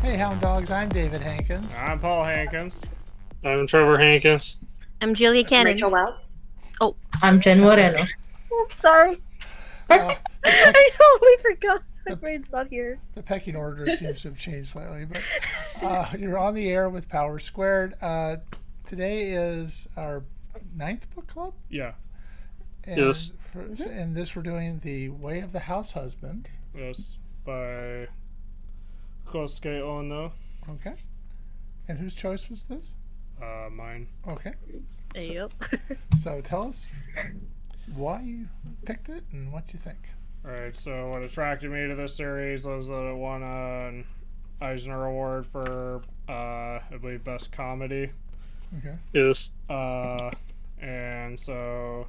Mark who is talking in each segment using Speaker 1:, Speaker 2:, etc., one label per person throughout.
Speaker 1: Hey, Hound Dogs, I'm David Hankins.
Speaker 2: I'm Paul Hankins. I'm Trevor Hankins.
Speaker 3: I'm Julia Cannon.
Speaker 4: Rachel Wells.
Speaker 5: I'm Jen Moreno.
Speaker 4: Oops, sorry.
Speaker 1: Uh,
Speaker 4: I totally forgot. My brain's not here.
Speaker 1: the pecking order seems to have changed slightly, but uh, you're on the air with Power Squared. Uh, today is our ninth book club.
Speaker 2: Yeah.
Speaker 1: And
Speaker 2: Yes.
Speaker 1: For, and this we're doing The Way of the House Husband.
Speaker 2: Yes, by Kosuke Ono.
Speaker 1: Okay. And whose choice was this?
Speaker 2: Uh, mine.
Speaker 1: Okay.
Speaker 3: There you go.
Speaker 1: So tell us why you picked it and what you think.
Speaker 2: Alright, so what attracted me to this series was that it won an Eisner Award for, uh, I believe, Best Comedy.
Speaker 1: Okay.
Speaker 2: Yes. Uh, and so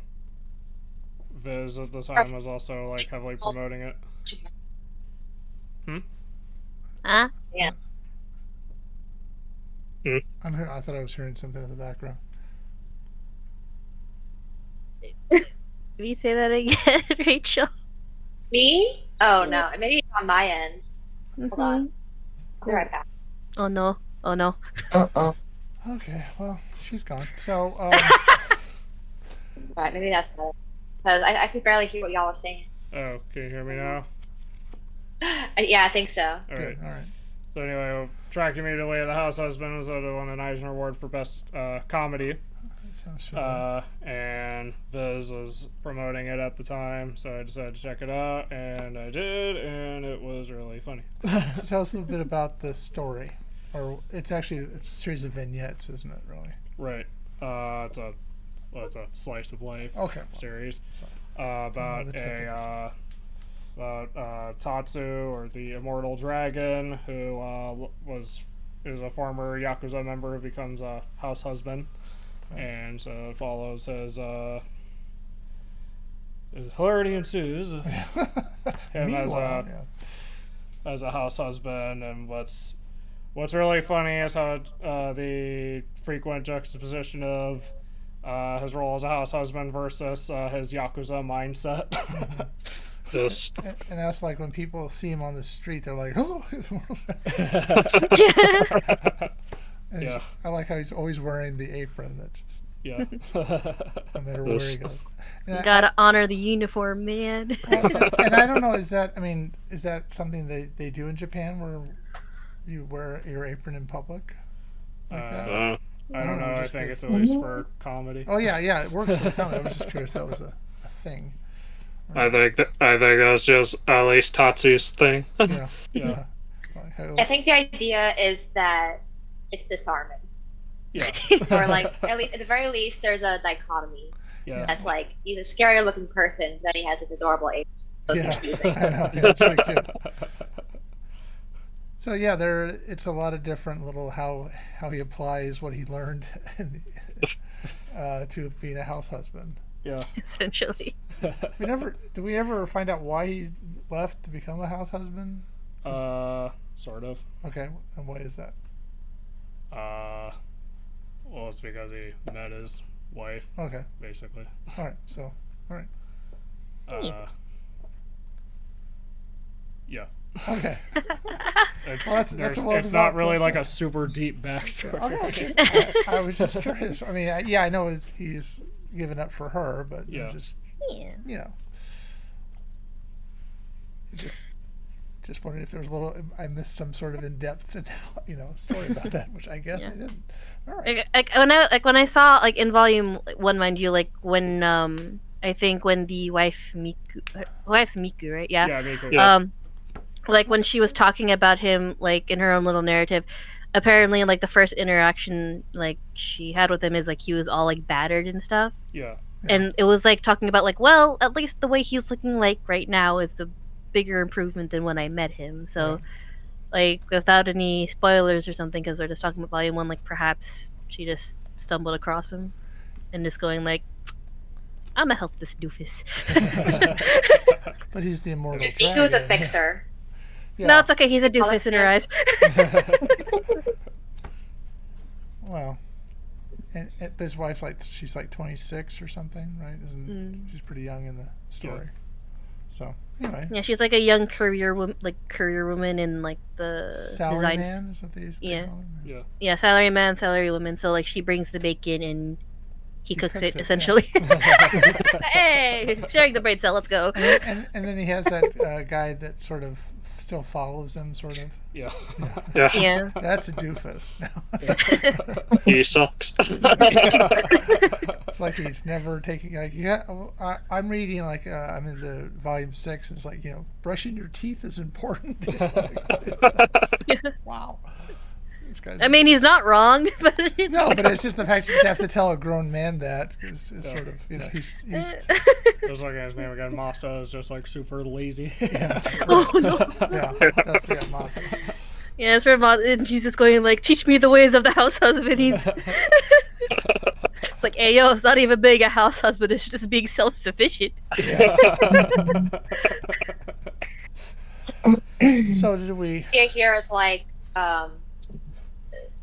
Speaker 2: Viz at the time was also, like, heavily promoting it.
Speaker 3: Huh?
Speaker 1: I'm here, I thought I was hearing something in the background.
Speaker 3: Can you say that again, Rachel?
Speaker 4: Me? Oh no, maybe it's on my end. Hold on. I'll be right back.
Speaker 3: Mm-hmm. Oh no. Oh no.
Speaker 5: Uh oh.
Speaker 1: Okay. Well, she's gone. So. Um,
Speaker 4: All right, maybe that's better. Because I, I could barely hear what y'all are saying.
Speaker 2: Oh, can you hear me now?
Speaker 4: Uh, yeah, I think so.
Speaker 2: Alright.
Speaker 1: Good. All right.
Speaker 2: So anyway, what attracted me to the Way of the House Husband was that it won an Eisner Award for Best uh, Comedy.
Speaker 1: That sounds familiar.
Speaker 2: Uh, and Viz was promoting it at the time, so I decided to check it out, and I did, and it was really funny.
Speaker 1: so tell us a little bit about the story, or it's actually it's a series of vignettes, isn't it? Really?
Speaker 2: Right. Uh, it's a well, it's a slice of life
Speaker 1: Okay.
Speaker 2: series uh, about
Speaker 1: that's
Speaker 2: a uh, about uh, Tatsu or the immortal dragon who uh, w- was is a former yakuza member who becomes a house husband, and so it follows his. Uh, hilarity ensues with him as a
Speaker 1: Meanwhile, yeah.
Speaker 2: as a house husband and what's what's really funny is how uh, the frequent juxtaposition of uh, his role as a house husband versus uh, his yakuza mindset. yes.
Speaker 1: And, and that's like when people see him on the street, they're like, "Oh, his world." And he's-
Speaker 2: Yeah.
Speaker 1: I like how he's always wearing the apron. That's just,
Speaker 2: yeah. Uh,
Speaker 1: no matter where he goes. And I,
Speaker 3: Gotta honor the uniform, man.
Speaker 1: and I don't know. Is that? I mean, is that something they they do in Japan where you wear your apron in public? Like that?
Speaker 2: Uh, I don't know. I
Speaker 1: Just
Speaker 2: think
Speaker 1: curious.
Speaker 2: it's at least for comedy.
Speaker 1: Oh yeah, yeah, it works. For comedy. I was just curious. That was a, a thing.
Speaker 6: I think I think that's just at least Tatsu's thing.
Speaker 1: Yeah.
Speaker 2: Yeah.
Speaker 1: Uh, Like how-
Speaker 4: I think the idea is that it's disarming,
Speaker 2: Yeah.
Speaker 4: or like at least at the very least, there's a dichotomy.
Speaker 2: Yeah.
Speaker 4: That's like he's a scarier looking person, then he has this adorable age.
Speaker 1: yeah, I know. Yeah, it's pretty cute. So yeah, there it's a lot of different little how how he applies what he learned uh, to being a house husband.
Speaker 2: Yeah.
Speaker 3: Essentially.
Speaker 1: We never do we ever find out why he left to become a house husband?
Speaker 2: Uh, sort of.
Speaker 1: Okay, and why is that?
Speaker 2: Uh, well, it's because he met his wife,
Speaker 1: Okay,
Speaker 2: basically.
Speaker 1: all right. So all right,
Speaker 2: Uh, yeah.
Speaker 1: okay.
Speaker 2: It's,
Speaker 1: Well, that's- that's
Speaker 2: there's-
Speaker 1: a little
Speaker 2: it's not
Speaker 1: developed
Speaker 2: really like a
Speaker 1: concept.
Speaker 2: super deep backstory.
Speaker 1: Oh, no, just, I, I was just curious. I mean, I, yeah, I know he's, he's given up for her, but
Speaker 2: Yeah.
Speaker 1: yeah. just
Speaker 3: Yeah.
Speaker 1: you know, I just just wondering if there was a little I missed some sort of in depth and you know story about that, which I guess I
Speaker 3: Yeah.
Speaker 1: didn't. All right,
Speaker 3: Like, like when I like when I saw like in volume one, mind you, like when um I think when the wife Miku, her wife's Miku, right? Yeah.
Speaker 2: yeah, I mean, cool.
Speaker 6: Yeah.
Speaker 3: Um, like when she was talking about him, like in her own little narrative. Apparently, like the first interaction like she had with him is like he was all like battered and stuff.
Speaker 2: yeah,
Speaker 3: and it was like talking about like well at least the way he's looking like right now is a bigger improvement than when i met him so like without any spoilers or something because we're just talking about volume one like perhaps she just stumbled across him and just going like i'm gonna help this doofus
Speaker 1: but he's the immortal
Speaker 4: He was
Speaker 1: dragon.
Speaker 4: a fixer.
Speaker 1: Yeah.
Speaker 3: no it's okay he's a
Speaker 4: Oh,
Speaker 3: doofus
Speaker 4: that's
Speaker 3: in her
Speaker 4: fair.
Speaker 3: eyes
Speaker 1: Wow. And, and but his wife's
Speaker 3: Mm.
Speaker 1: like she's like 26 or something, right? Isn't she's pretty young in the story? So anyway,
Speaker 3: Yeah, she's like a young career woman, like career woman in like the
Speaker 1: salary
Speaker 3: design.
Speaker 1: man is what they used to
Speaker 3: Yeah.
Speaker 1: call him.
Speaker 2: Yeah.
Speaker 3: Yeah, salary man, salary woman. So like she brings the bacon and he, cooks,
Speaker 1: cooks it,
Speaker 3: it,
Speaker 1: yeah.
Speaker 3: essentially. hey, sharing the brain cell. Let's go.
Speaker 1: And, and, and then he has that uh, guy that sort of still follows him, sort of.
Speaker 2: Yeah.
Speaker 6: Yeah,
Speaker 3: Yeah.
Speaker 1: That's a doofus.
Speaker 6: he sucks.
Speaker 1: it's like he's never taking like yeah well, I, i'm reading like uh, i'm in the volume six and it's like you know brushing your teeth is important It's like, it's like, wow this guy's
Speaker 3: I mean, he's not wrong, but
Speaker 1: no but it's just the fact that you have to tell a grown man that is, is
Speaker 2: Yeah.
Speaker 1: sort of you know he's, he's
Speaker 2: There's like his name again. Masa is just like super lazy.
Speaker 3: oh no.
Speaker 1: yeah that's yeah, Moss.
Speaker 3: Yeah, it's where Ma- and she's just going like, "Teach me the ways of the house husband." He's it's like, "Hey, yo, it's not even being a house husband; it's just being self-sufficient."
Speaker 1: Yeah. so did we
Speaker 4: idea here is like um,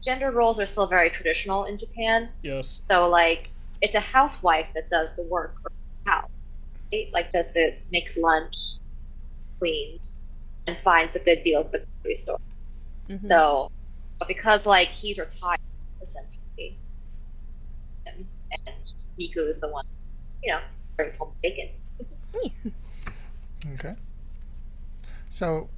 Speaker 4: gender roles are still very traditional in Japan.
Speaker 2: yes.
Speaker 4: So like it's a housewife that does the work for the house. Right? Like does the makes lunch, cleans, and finds a good deal at the grocery store.
Speaker 3: Mhm.
Speaker 4: So but because like he's retired essentially him, and Miku is the one, you know, brings home bacon.
Speaker 1: okay so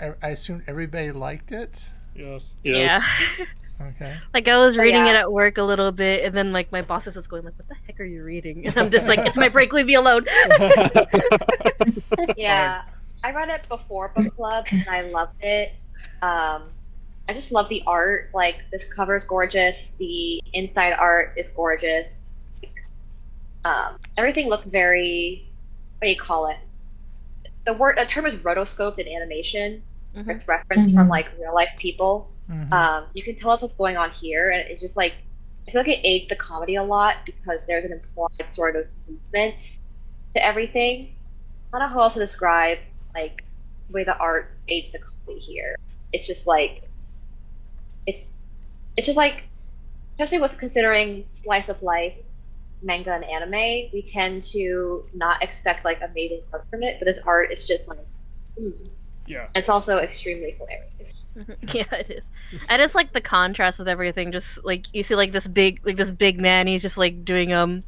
Speaker 1: I, I assume everybody liked it
Speaker 2: Yes.
Speaker 6: Yes.
Speaker 3: Yeah.
Speaker 1: okay
Speaker 3: Like I was
Speaker 4: So,
Speaker 3: reading
Speaker 4: yeah.
Speaker 3: it at work a little bit, and then like my boss is just going like, "What the heck are you reading?" And I'm just like, "It's my break. Leave me alone."
Speaker 4: Yeah, I read it before book club and I loved it. Um, I just love the art. Like this cover is gorgeous. The inside art is gorgeous. Um, everything looked very. What do you call it? The word the term is rotoscoped in animation.
Speaker 1: Mm-hmm.
Speaker 3: Mhm.
Speaker 4: It's referenced from like real life people.
Speaker 1: Mhm.
Speaker 3: Uh,
Speaker 4: Um, you can tell us what's going on here, and it's just like I feel like it aids the comedy a lot because there's an implied sort of movement to everything. I don't know how else to describe like the way the art aids the comedy here. It's just like it's it's just like especially with considering slice of life manga and anime, we tend to not expect like amazing art from it, but this art is just like mm.
Speaker 2: Yeah.
Speaker 4: it's also extremely hilarious.
Speaker 3: yeah, it is. And it's like the contrast with everything. Just like you see, like this big, like this big man. He's just like doing um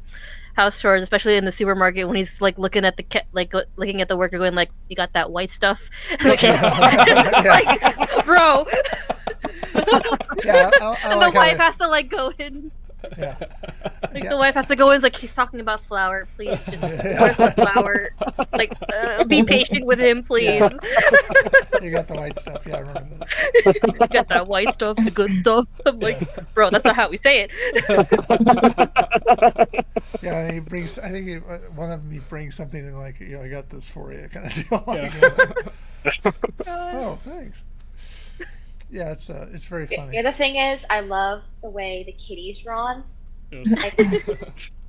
Speaker 3: house chores, especially in the supermarket when he's like looking at the ca- like go- looking at the worker, going like, "You got that white stuff?" like, like,
Speaker 1: Oh
Speaker 3: bro,
Speaker 1: yeah I, I
Speaker 3: and
Speaker 1: like
Speaker 3: the
Speaker 1: how
Speaker 3: wife
Speaker 1: they-
Speaker 3: has to like go in.
Speaker 1: yeah.
Speaker 3: Like
Speaker 1: Yeah.
Speaker 3: the wife has to go in. it's Like he's talking about flour. Please, just where's the flour? Like, uh, be patient with him, please.
Speaker 1: You got the white stuff. Yeah, I remember that.
Speaker 3: You got that white stuff, the good stuff. I'm like, bro, that's not how we say it.
Speaker 2: Uh,
Speaker 1: Yeah, and he brings. I think he, uh, one of them he brings something and like, you know, I got this for you, kind of deal. Like, oh, thanks. Yeah, it's uh, it's very
Speaker 4: Yeah,
Speaker 1: funny.
Speaker 4: The other thing is, I love the way the kitty's drawn.
Speaker 2: Yes.
Speaker 4: Like,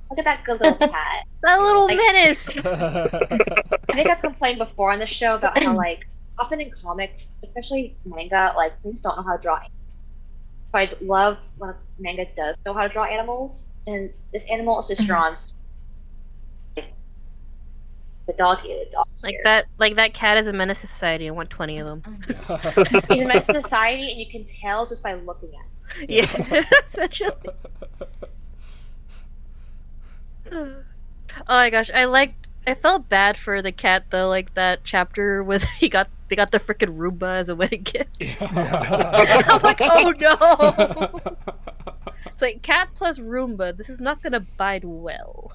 Speaker 4: look at that good little cat.
Speaker 3: That little
Speaker 4: Like-
Speaker 3: menace.
Speaker 4: I think I've complained before on the show about how, like, often in comics, especially manga, like, things don't know how to draw. animals. So I love when manga does know how to draw animals, and this animal is just drawn. s- Like, it's a dog. A dog's
Speaker 3: Like
Speaker 4: ear.
Speaker 3: that, like that cat is a menace to society. I want twenty of them.
Speaker 4: He's a menace to society, and you can tell just by looking at. Him.
Speaker 3: Yeah, essentially. oh my gosh, I liked. I felt bad for the cat though. Like that chapter with he got they got the freaking Roomba as a wedding gift. I'm like, oh no. It's like cat plus Roomba. This is not gonna bide well.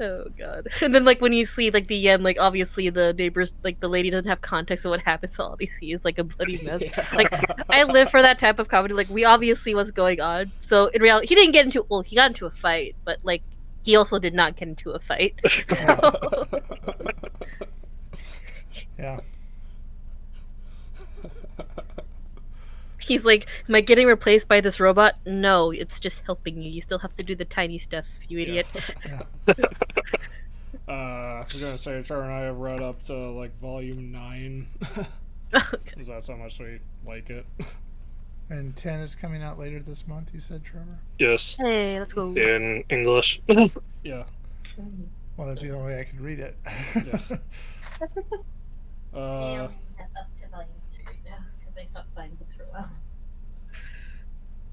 Speaker 3: Oh god. And then like when you see like the end, like obviously the neighbors, like the lady doesn't have context of what happens, so all they see is like a bloody mess. Like I live for that type of comedy. Like we obviously what's going on. So in reality, he didn't get into well, he got into a fight, but like he also did not get into a fight. So
Speaker 1: Yeah,
Speaker 3: he's like, "Am I getting replaced by this robot?" No, it's just helping you. You still have to do the tiny stuff, you idiot.
Speaker 2: Uh, I was gonna say, Trevor and I have read up to like volume nine. Is that so much we like it?
Speaker 1: And 10 is coming out later this month, you said, Trevor?
Speaker 6: Yes,
Speaker 3: Hey, let's go.
Speaker 6: in English.
Speaker 2: Yeah.
Speaker 1: Well, that'd be the only way I could read it.
Speaker 2: Yeah. Uh,
Speaker 7: up to volume three now because I stopped buying books for a while.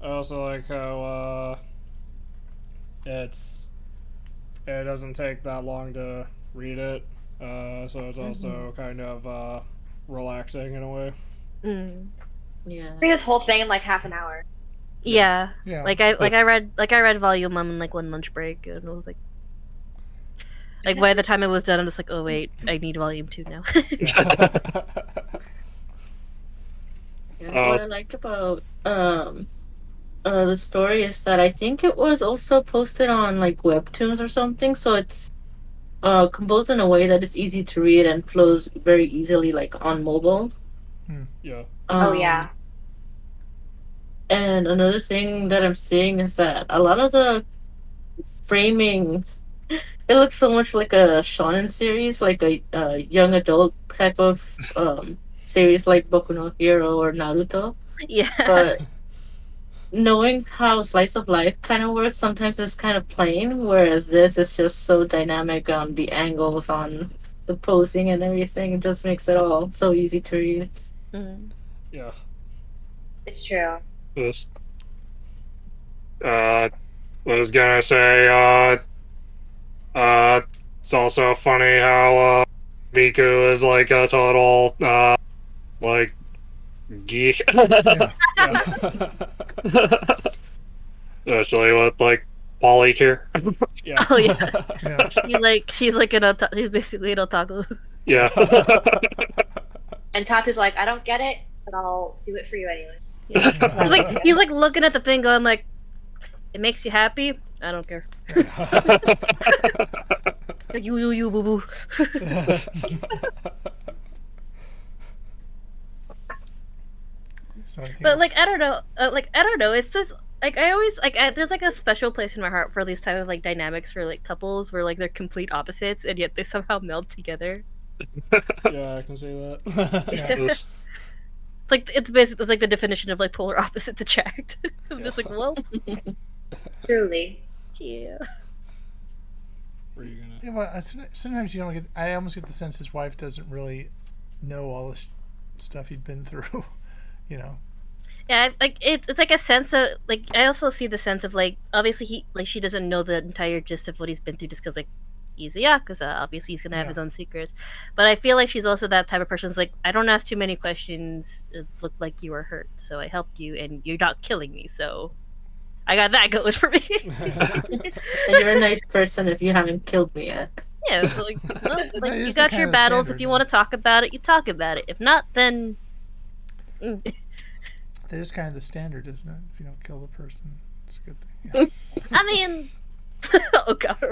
Speaker 2: I also like how uh, it's it doesn't take that long to read it, uh, so it's also kind of uh, relaxing in a way.
Speaker 3: Mm.
Speaker 7: Yeah.
Speaker 4: Read this whole thing in like half an hour.
Speaker 3: Yeah.
Speaker 1: yeah.
Speaker 3: Like I like I read like I read Volume One in like one lunch break, and I was like, like by the time it was done, I'm just like, oh wait, I need Volume Two now.
Speaker 7: Yeah,
Speaker 6: Uh,
Speaker 7: what I like about um uh the story is that I think it was also posted on like webtoons or something, so it's uh composed in a way that it's easy to read and flows very easily like on mobile.
Speaker 2: yeah.
Speaker 4: oh
Speaker 7: Um,
Speaker 4: yeah.
Speaker 7: And another thing that I'm seeing is that a lot of the framing it looks so much like a shonen series, like a, uh young adult type of um series like Boku no Hero or Naruto.
Speaker 3: yeah.
Speaker 7: but knowing how slice of life kind of works sometimes it's kind of plain whereas this is just so dynamic on the angles on the posing and everything it just makes it all so easy to read
Speaker 3: Mm.
Speaker 2: Yeah.
Speaker 4: It's true.
Speaker 6: this. Uh, was gonna say, uh, uh, it's also funny how, uh, Miku is like a total, uh, like, geek.
Speaker 2: Yeah.
Speaker 6: Especially with, like, polycure.
Speaker 2: yeah.
Speaker 3: Oh, yeah.
Speaker 1: Yeah.
Speaker 3: She like she's like an ota- she's basically an otaku.
Speaker 6: yeah.
Speaker 4: And Tatu's like, I don't get it, but I'll do it for you anyway.
Speaker 3: He's like he's like looking at the thing, going like, it makes you happy. I don't care. It's like you you you boo boo.
Speaker 1: So I think
Speaker 3: But like I don't know, uh, like I don't know. It's just like I always like I, there's like a special place in my heart for these type of like dynamics for like couples where like they're complete opposites and yet they somehow meld together.
Speaker 2: yeah, I can see that.
Speaker 1: Yeah.
Speaker 6: This-
Speaker 3: It's like it's basically it's like the definition of like polar opposites attract. I'm just like, well,
Speaker 4: Truly.
Speaker 3: yeah.
Speaker 2: Were you gonna?
Speaker 1: Yeah, well, I- sometimes you don't get. I almost get the sense his wife doesn't really know all the sh- stuff he'd been through. You know,
Speaker 3: Yeah, I- like it's it's like a sense of like I also see the sense of like obviously he like she doesn't know the entire gist of what he's been through just because like he's a yakuza. Obviously he's gonna have
Speaker 1: Yeah.
Speaker 3: his own secrets, but I feel like she's also that type of person. who's like I don't ask too many questions. It looked like you were hurt, so I helped you, and you're not killing me, so I got that going for me.
Speaker 7: and you're a nice person if you haven't killed me yet
Speaker 3: yeah, so like, well, like
Speaker 1: is
Speaker 3: you
Speaker 1: the
Speaker 3: got
Speaker 1: kind
Speaker 3: your
Speaker 1: of
Speaker 3: battles.
Speaker 1: standard,
Speaker 3: if you
Speaker 1: yeah.
Speaker 3: want to talk about it, you talk about it. If not, then Mm.
Speaker 1: that is kind of the standard, isn't it? If you don't kill the person, it's a good thing. Yeah.
Speaker 3: I mean, oh god.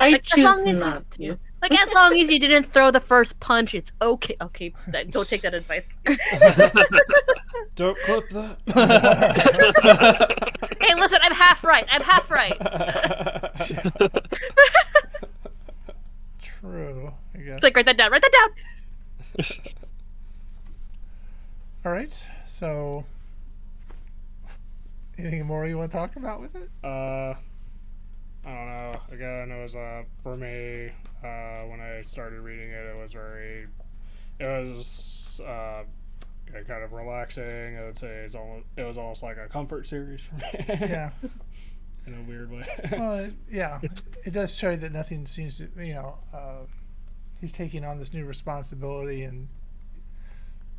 Speaker 7: i
Speaker 3: Like, as
Speaker 7: choose
Speaker 3: long as you-
Speaker 7: not to
Speaker 3: Like as long as you didn't throw the first punch, it's okay. Okay, that, don't take that advice.
Speaker 2: Don't clip that.
Speaker 3: hey, listen, I'm half right. I'm half right.
Speaker 1: True, I guess.
Speaker 3: It's like write that down. Write that down.
Speaker 1: all right, so anything more you want to talk about with it?
Speaker 2: Uh, I don't know. Again, it was uh for me uh when I started reading it, it was very, it was uh you know, kind of relaxing. I would say it's almost it was almost like a comfort series for me.
Speaker 1: Yeah.
Speaker 2: in a weird way.
Speaker 1: Well, it- yeah, it does show you that nothing seems to, you know, uh, he's taking on this new responsibility and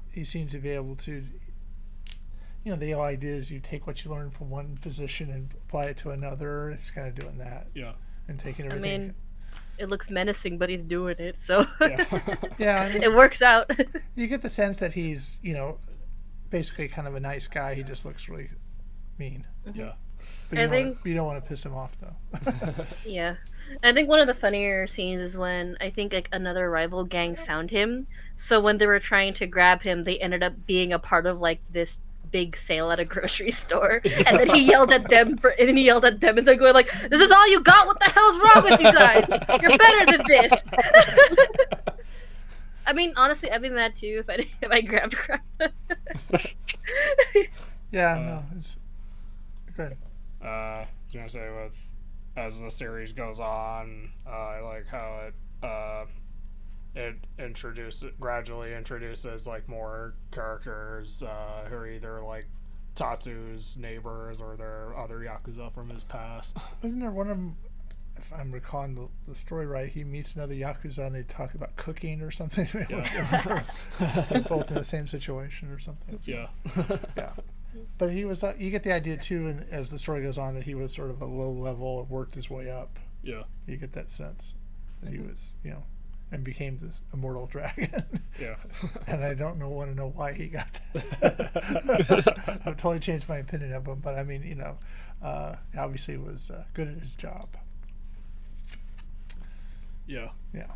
Speaker 1: he seems to be able to, you know, the whole idea is you take what you learn from one position and apply it to another. He's kind of doing that
Speaker 2: yeah.
Speaker 1: and taking
Speaker 3: I
Speaker 1: everything.
Speaker 3: mean, it looks menacing, but he's doing it, so
Speaker 2: Yeah.
Speaker 1: yeah, I mean,
Speaker 3: it works out.
Speaker 1: you get the sense that he's, you know, basically kind of a nice guy. He just looks really mean.
Speaker 2: Yeah.
Speaker 1: But
Speaker 3: I
Speaker 1: you, don't wanna-
Speaker 3: think-
Speaker 1: you don't want to piss him off, though.
Speaker 3: yeah, I think one of the funnier scenes is when I think like another rival gang found him. So when they were trying to grab him, they ended up being a part of like this big sale at a grocery store and then he yelled at them for and then he yelled at them and they're going like this is all you got what the hell's wrong with you guys you're better than this I mean, honestly, I'd be mad too if I if I grabbed crap.
Speaker 1: Yeah,
Speaker 2: Uh,
Speaker 1: no, it's good.
Speaker 2: Uh, I was gonna say with as the series goes on, uh, I like how it uh, it introduces gradually introduces like more characters uh, who are either like Tatsu's neighbors or their other yakuza from his past.
Speaker 1: Wasn't there one of them? If I'm recalling the, the story right, he meets another yakuza and they talk about cooking or something. It was- it was sort of- they're both in the same situation or something.
Speaker 2: yeah.
Speaker 1: But he was. uh, You get the idea too, and as the story goes on, that he was sort of a low level, and worked his way up.
Speaker 2: Yeah.
Speaker 1: You get that sense that he was, you know, and became this immortal dragon.
Speaker 2: Yeah.
Speaker 1: and I don't know want to know why he got that. I've totally changed my opinion of him, but I mean, you know, uh, obviously he was uh, good at his job.
Speaker 2: Yeah.
Speaker 1: Yeah.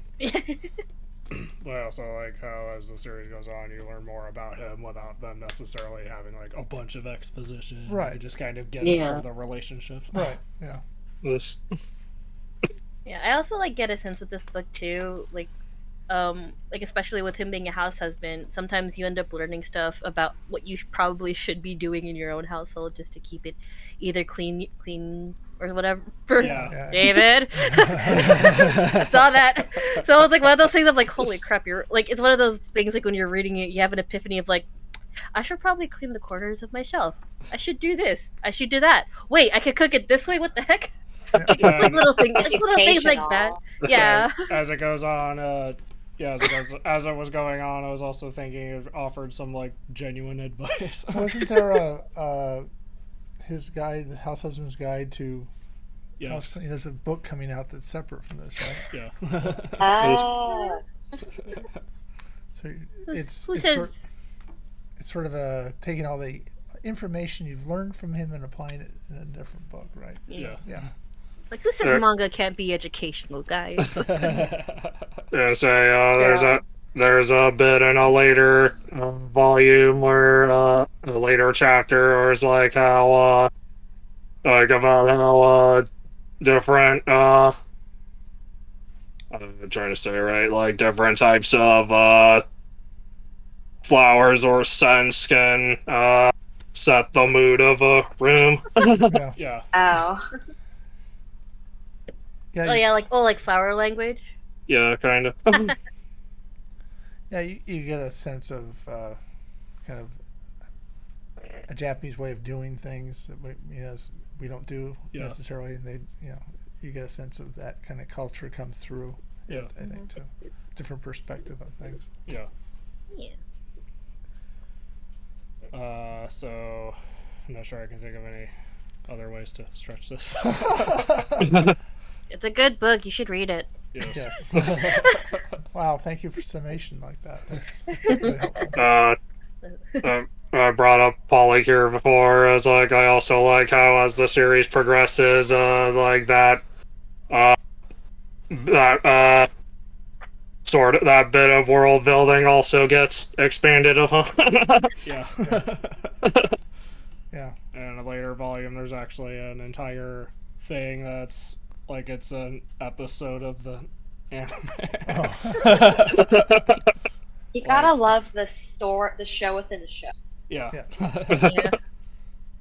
Speaker 2: But I also like how as the series goes on, you learn more about him without them necessarily having like a bunch of exposition.
Speaker 1: Right.
Speaker 2: You just kind of get it
Speaker 7: Yeah.
Speaker 2: from the relationships.
Speaker 1: Right. Yeah.
Speaker 6: This.
Speaker 3: yeah, I also like get a sense with this book too, like, um, like especially with him being a house husband. Sometimes you end up learning stuff about what you sh- probably should be doing in your own household just to keep it either clean, clean or whatever.
Speaker 2: Yeah.
Speaker 1: Yeah.
Speaker 3: David. I saw that. So it was like one of those things. I'm like, holy crap! You're like, it's one of those things like when you're reading it, you have an epiphany of like, I should probably clean the corners of my shelf. I should do this. I should do that. Wait, I could cook it this way. What the heck?
Speaker 2: Yeah,
Speaker 3: Like little things, like little things like
Speaker 4: Educational.
Speaker 3: that. Yeah.
Speaker 2: as, as it goes on, uh, yeah, as it, goes, as it was going on, I was also thinking it offered some like genuine advice.
Speaker 1: Wasn't there a, a his guide, the house husband's guide to
Speaker 2: yeah,
Speaker 1: house cleaning? There's a book coming out that's separate from this, right?
Speaker 2: yeah.
Speaker 4: Ah,
Speaker 1: So
Speaker 3: Who's-
Speaker 1: it's
Speaker 3: who
Speaker 1: it's, Sort,
Speaker 3: says?
Speaker 1: it's sort of a taking all the information you've learned from him and applying it in a different book, right?
Speaker 2: yeah.
Speaker 1: Yeah.
Speaker 3: Like who says
Speaker 6: Sure.
Speaker 3: manga can't be educational, guys?
Speaker 6: Yeah, so uh, there's
Speaker 4: Yeah.
Speaker 6: a there's a bit in a later uh, volume where uh, a later chapter where it's like how uh, like about how uh, different uh, I'm trying to say right like different types of uh, flowers or scents can uh, set the mood of a room.
Speaker 1: Yeah.
Speaker 2: yeah,
Speaker 4: oh.
Speaker 1: Yeah.
Speaker 3: oh
Speaker 1: you-
Speaker 3: yeah, like oh, like flower language.
Speaker 6: Yeah, kind of.
Speaker 1: Yeah, you, you get a sense of uh, kind of a Japanese way of doing things that we, you know, s- we don't do
Speaker 2: Yeah.
Speaker 1: necessarily, and they, you know, you get a sense of that kind of culture comes through.
Speaker 2: Yeah.
Speaker 1: I think too, different perspective on things.
Speaker 2: yeah.
Speaker 3: Yeah.
Speaker 2: Uh, so I'm not sure I can think of any other ways to stretch this.
Speaker 3: It's a good book. You should read it.
Speaker 2: yes.
Speaker 1: Yes. wow. Thank you for summation like that. That's really helpful.
Speaker 6: uh, um, I brought up Pollock here before. As like, I also like how as the series progresses, uh, like that, uh, that uh, sort of that bit of world building also gets expanded upon.
Speaker 2: Yeah.
Speaker 1: Yeah.
Speaker 2: and a later volume there's actually an entire thing that's like it's an episode of the anime
Speaker 6: Oh.
Speaker 4: You gotta love the store, the show within the show.
Speaker 2: yeah
Speaker 1: Yeah.
Speaker 3: Yeah.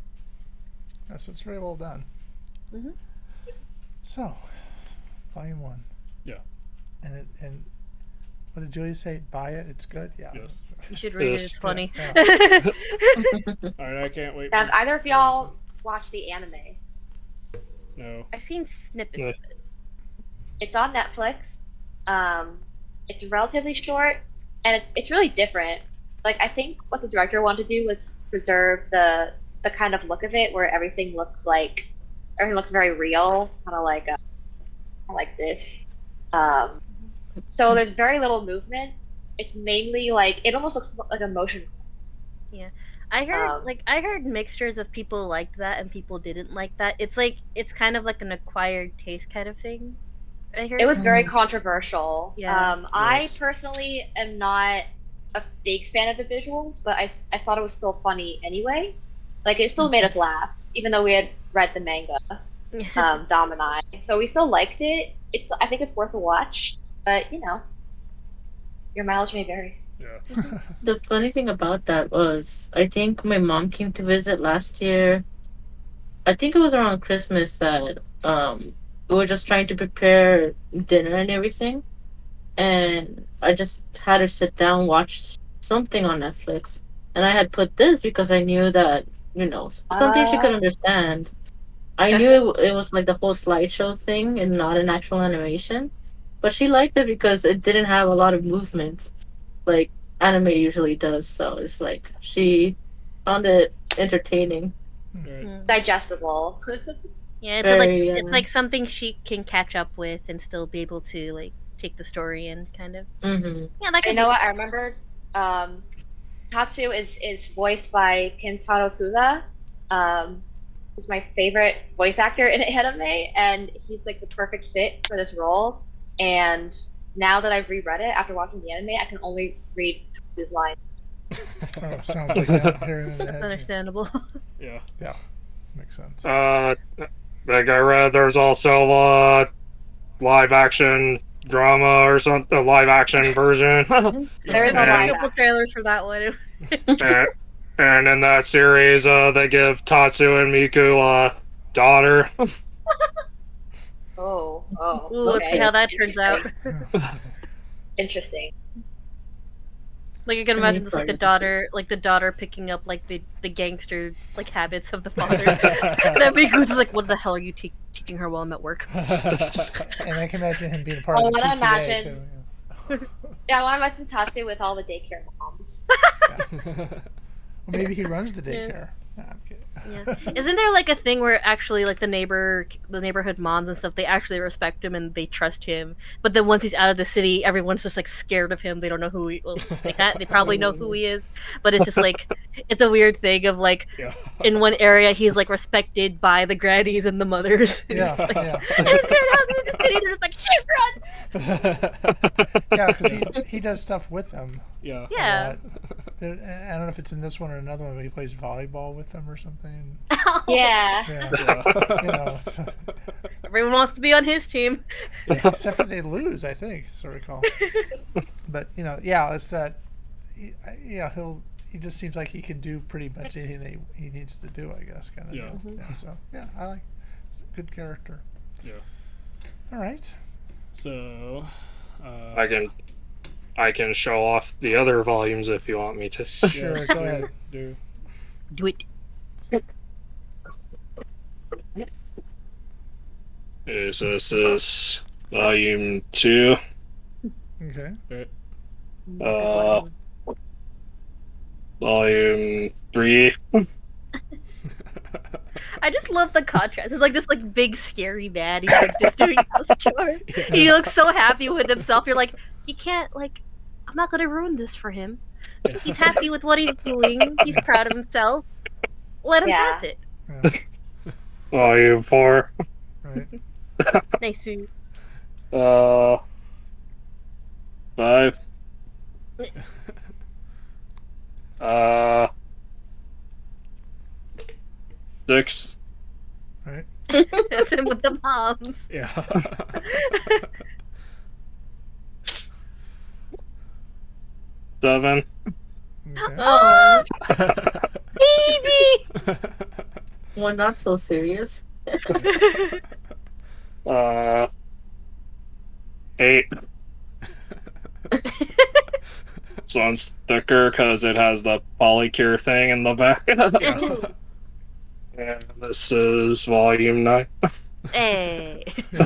Speaker 1: That's it's very well done.
Speaker 3: Mhm.
Speaker 1: So, volume one.
Speaker 2: Yeah.
Speaker 1: And it, and what did Julia say? Buy it. It's good. Yeah.
Speaker 2: Yes.
Speaker 3: You should read
Speaker 6: Yes.
Speaker 3: it. It's funny.
Speaker 1: Yeah.
Speaker 2: all right i can't wait
Speaker 4: Have
Speaker 2: for-
Speaker 4: either of y'all watched the anime?
Speaker 2: no
Speaker 3: I've seen snippets
Speaker 6: Yeah.
Speaker 3: of it.
Speaker 4: It's on Netflix. Um, it's relatively short, and it's it's really different. Like I think what the director wanted to do was preserve the the kind of look of it where everything looks like everything looks very real, kind of like uh, kinda like this. Um, so there's very little movement. It's mainly like it almost looks like a motion.
Speaker 3: I heard
Speaker 4: Um,
Speaker 3: like I heard mixtures of people liked that and people didn't like that. It's like it's kind of like an acquired taste kind of thing. I heard
Speaker 4: It was very controversial.
Speaker 3: Yeah.
Speaker 4: Um, I
Speaker 2: Yes.
Speaker 4: personally am not a big fan of the visuals, but I, I thought it was still funny anyway. Like, it still made us laugh, even though we had read the manga, um, Dom and I. So we still liked it. It's I think it's worth a watch, but you know, Your mileage may vary.
Speaker 7: The funny thing about that was, I think my mom came to visit last year. I think it was around Christmas that um, we were just trying to prepare dinner and everything. And I just had her sit down, watch something on Netflix. And I had put this because I knew that, you know, s- something she could
Speaker 4: Ah.
Speaker 7: understand. I knew it, w- it was like the whole slideshow thing and not an actual animation. But she liked it because it didn't have a lot of movement. Like, anime usually does. So it's like she found it entertaining.
Speaker 2: Right.
Speaker 4: Digestible.
Speaker 3: Yeah, it's like
Speaker 7: Very,
Speaker 3: it's
Speaker 7: uh,
Speaker 3: like something she can catch up with and still be able to like take the story in, kind of.
Speaker 7: Mm-hmm.
Speaker 3: Yeah, that
Speaker 4: I
Speaker 3: could
Speaker 4: know what I remembered. Um, Tatsu is is voiced by Kentaro Suda, um, who's my favorite voice actor in anime, and he's like the perfect fit for this role. And now that I've reread it after watching the anime, I can only read Tatsu's lines.
Speaker 1: Oh, sounds like that. Here in the
Speaker 3: be
Speaker 1: head.
Speaker 3: understandable.
Speaker 2: Yeah.
Speaker 1: Makes sense.
Speaker 6: Uh, like I read, there's also a live action drama or something, a live action version.
Speaker 4: There is a
Speaker 6: Yeah.
Speaker 3: a
Speaker 4: line.
Speaker 3: couple trailers for that one.
Speaker 6: and, and in that series, uh, they give Tatsu and Miku a daughter.
Speaker 4: Oh, oh.
Speaker 3: Ooh, let's see
Speaker 4: okay.
Speaker 3: how that turns out.
Speaker 4: Interesting.
Speaker 3: Like I can
Speaker 7: Any
Speaker 3: imagine this, like the
Speaker 7: party.
Speaker 3: daughter, like the daughter picking up like the the gangster like habits of the father. that Miku's just like, what the hell are you te- teaching her while I'm at work?
Speaker 1: And I can imagine him being a part
Speaker 4: I
Speaker 1: of the
Speaker 4: wanna
Speaker 1: PTA
Speaker 4: imagine-
Speaker 1: too. yeah.
Speaker 4: Yeah, I want to watch Tatsu with all the daycare moms.
Speaker 1: Well, maybe he runs the
Speaker 3: Yeah.
Speaker 1: daycare. Nah, I'm kidding.
Speaker 3: Yeah. Isn't there like a thing where actually like the neighbor, the neighborhood moms and stuff, they actually respect him and they trust him. But then once he's out of the city, everyone's just like scared of him. They don't know who he. Well, they, can't, they probably know who he is, but it's just like it's a weird thing of like
Speaker 2: Yeah.
Speaker 3: in one area he's like respected by the grannies and the mothers.
Speaker 1: yeah, yeah,
Speaker 3: and then out in the city, they're just like, shit, run!
Speaker 1: yeah, because he, he does stuff with them.
Speaker 2: yeah.
Speaker 1: a
Speaker 3: Yeah.
Speaker 1: lot. There- I don't know if it's in this one or another one, but he plays volleyball with them or something.
Speaker 4: yeah.
Speaker 1: Yeah, you
Speaker 2: Yeah.
Speaker 1: know, so-
Speaker 3: Everyone wants to be on his team.
Speaker 1: except for they lose, I think, so I recall. But you know, yeah, it's that. he- I- Yeah, he'll. He just seems like he can do pretty much anything that he he needs to do. I guess, kind of.
Speaker 2: Yeah.
Speaker 1: deal. Yeah, so yeah, I like good character.
Speaker 2: Yeah.
Speaker 1: All right.
Speaker 2: So, uh,
Speaker 6: I can, I can show off the other volumes if you want me to.
Speaker 1: Sure.
Speaker 2: yes,
Speaker 1: go
Speaker 2: we
Speaker 1: ahead.
Speaker 2: Do.
Speaker 3: Do it.
Speaker 6: Is this is volume two?
Speaker 1: Okay.
Speaker 6: Uh, volume three.
Speaker 3: I just love the contrast. It's like this like big scary man. He's like just doing house chores. And he looks so happy with himself. You're like, you can't like I'm not gonna ruin this for him. He's happy with what he's doing. He's proud of himself. Let him
Speaker 4: Yeah.
Speaker 3: have it.
Speaker 1: Yeah,
Speaker 6: Volume four.
Speaker 1: right.
Speaker 3: Nice. to-
Speaker 6: Uh, five. uh, six.
Speaker 1: Right.
Speaker 3: That's him with the moms.
Speaker 2: Yeah.
Speaker 6: Seven.
Speaker 1: Okay.
Speaker 7: Oh,
Speaker 3: Baby.
Speaker 7: we're not so serious.
Speaker 6: Uh, eight. this one's thicker because it has the polycure thing in the back. and this is volume nine.
Speaker 3: hey.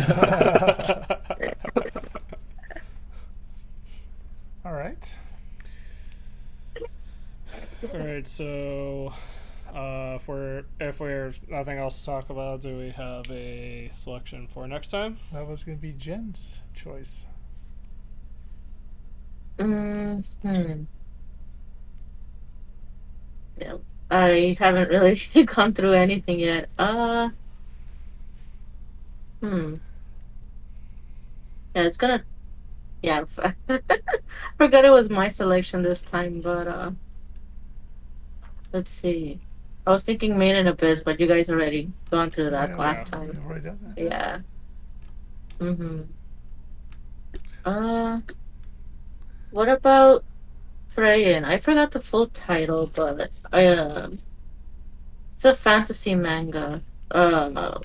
Speaker 1: All right.
Speaker 2: All right. So, uh, if we're if we're nothing else to talk about, do we have a selection for next time?
Speaker 1: That was going to be Jen's choice.
Speaker 7: Mm-hmm. Yeah, I haven't really gone through anything yet. Uh, hmm. Yeah, it's gonna. Yeah, forgot it was my selection this time, but uh, let's see. I was thinking Main and Abyss, but you guys already gone through that
Speaker 1: Yeah,
Speaker 7: last
Speaker 1: we-
Speaker 7: time.
Speaker 1: We've already done that.
Speaker 7: Yeah. Mm-hmm. Mhm. Uh. What about Freyan? I forgot the full title, but I um, it's a fantasy manga. Uh,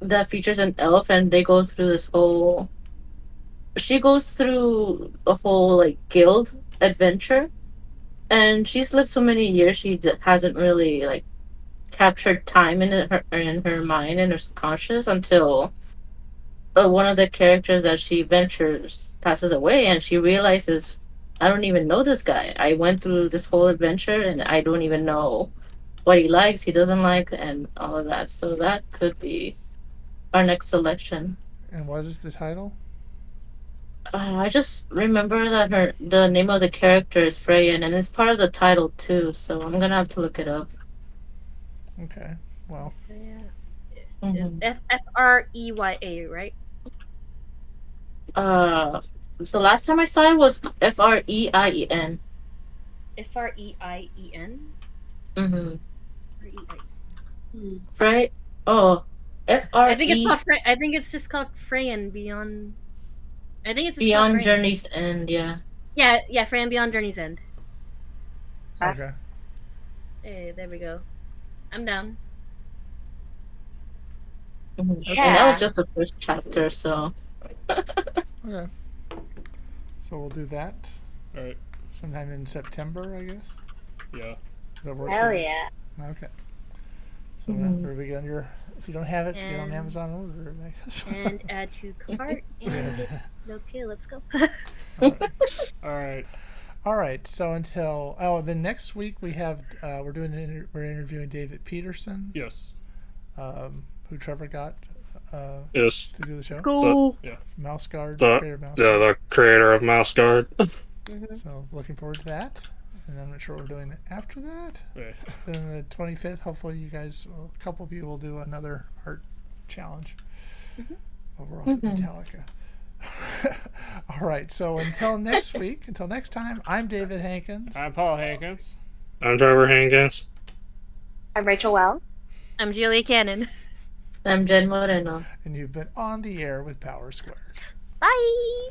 Speaker 7: that features an elf, and they go through this whole. She goes through a whole like guild adventure, and she's lived so many years she d- hasn't really like captured time in her in her mind and her subconscious until uh, one of the characters that she ventures passes away and she realizes i don't even know this guy i went through this whole adventure and i don't even know what he likes he doesn't like and all of that so that could be our next selection
Speaker 1: And what is the title?
Speaker 7: uh, i just remember that her the name of the character is freyan and it's part of the title too so i'm gonna have to look it up
Speaker 1: Okay. Well,
Speaker 7: Mhm.
Speaker 3: F F R E Y A, right?
Speaker 7: uh the last time i saw it was E f-r-e-i-e-n
Speaker 3: F R E I E N.
Speaker 7: mm-hmm. right? Oh, F R
Speaker 3: I think it's
Speaker 7: E
Speaker 3: called. Fre- I think it's just called Freyan Beyond. I think it's just called
Speaker 7: Beyond
Speaker 3: Freyan.
Speaker 7: Journey's End. Yeah,
Speaker 3: Yeah, yeah, Freyan Beyond Journey's End.
Speaker 4: Ah.
Speaker 1: okay.
Speaker 3: Hey, there we go. I'm down.
Speaker 7: So Mm-hmm. that was just the first chapter. So
Speaker 1: Okay. So we'll do that
Speaker 2: All right.
Speaker 1: sometime in September, I guess.
Speaker 2: Yeah.
Speaker 1: That work
Speaker 4: Hell
Speaker 1: for-
Speaker 4: yeah.
Speaker 1: Okay. So remember we got your if you don't have it, get on
Speaker 3: And-
Speaker 1: Amazon and order it, I guess.
Speaker 3: And add to cart. And okay, let's go.
Speaker 2: All right.
Speaker 1: All right. So until oh, then next week we have uh, we're doing an inter- we're interviewing David Peterson,
Speaker 2: Yes.
Speaker 1: um, who Trevor got uh,
Speaker 6: Yes.
Speaker 1: to do the show.
Speaker 3: Go.
Speaker 1: Mouse Guard,
Speaker 6: The,
Speaker 1: creator of Mouse
Speaker 6: the, the creator of Mouse Guard.
Speaker 1: Guard. So looking forward to that. And I'm not sure what we're doing after that.
Speaker 2: Right.
Speaker 1: Then the 25th, hopefully you guys, a couple of you will do another art challenge. But we're off at Metallica. All right. So until next week, until next time, I'm David Hankins.
Speaker 2: I'm Paul Hankins.
Speaker 6: I'm Trevor Hankins.
Speaker 4: I'm Rachel Wells.
Speaker 3: I'm Julia Cannon.
Speaker 7: I'm Jen Moreno.
Speaker 1: and you've been on the air with Power Square.
Speaker 3: Bye.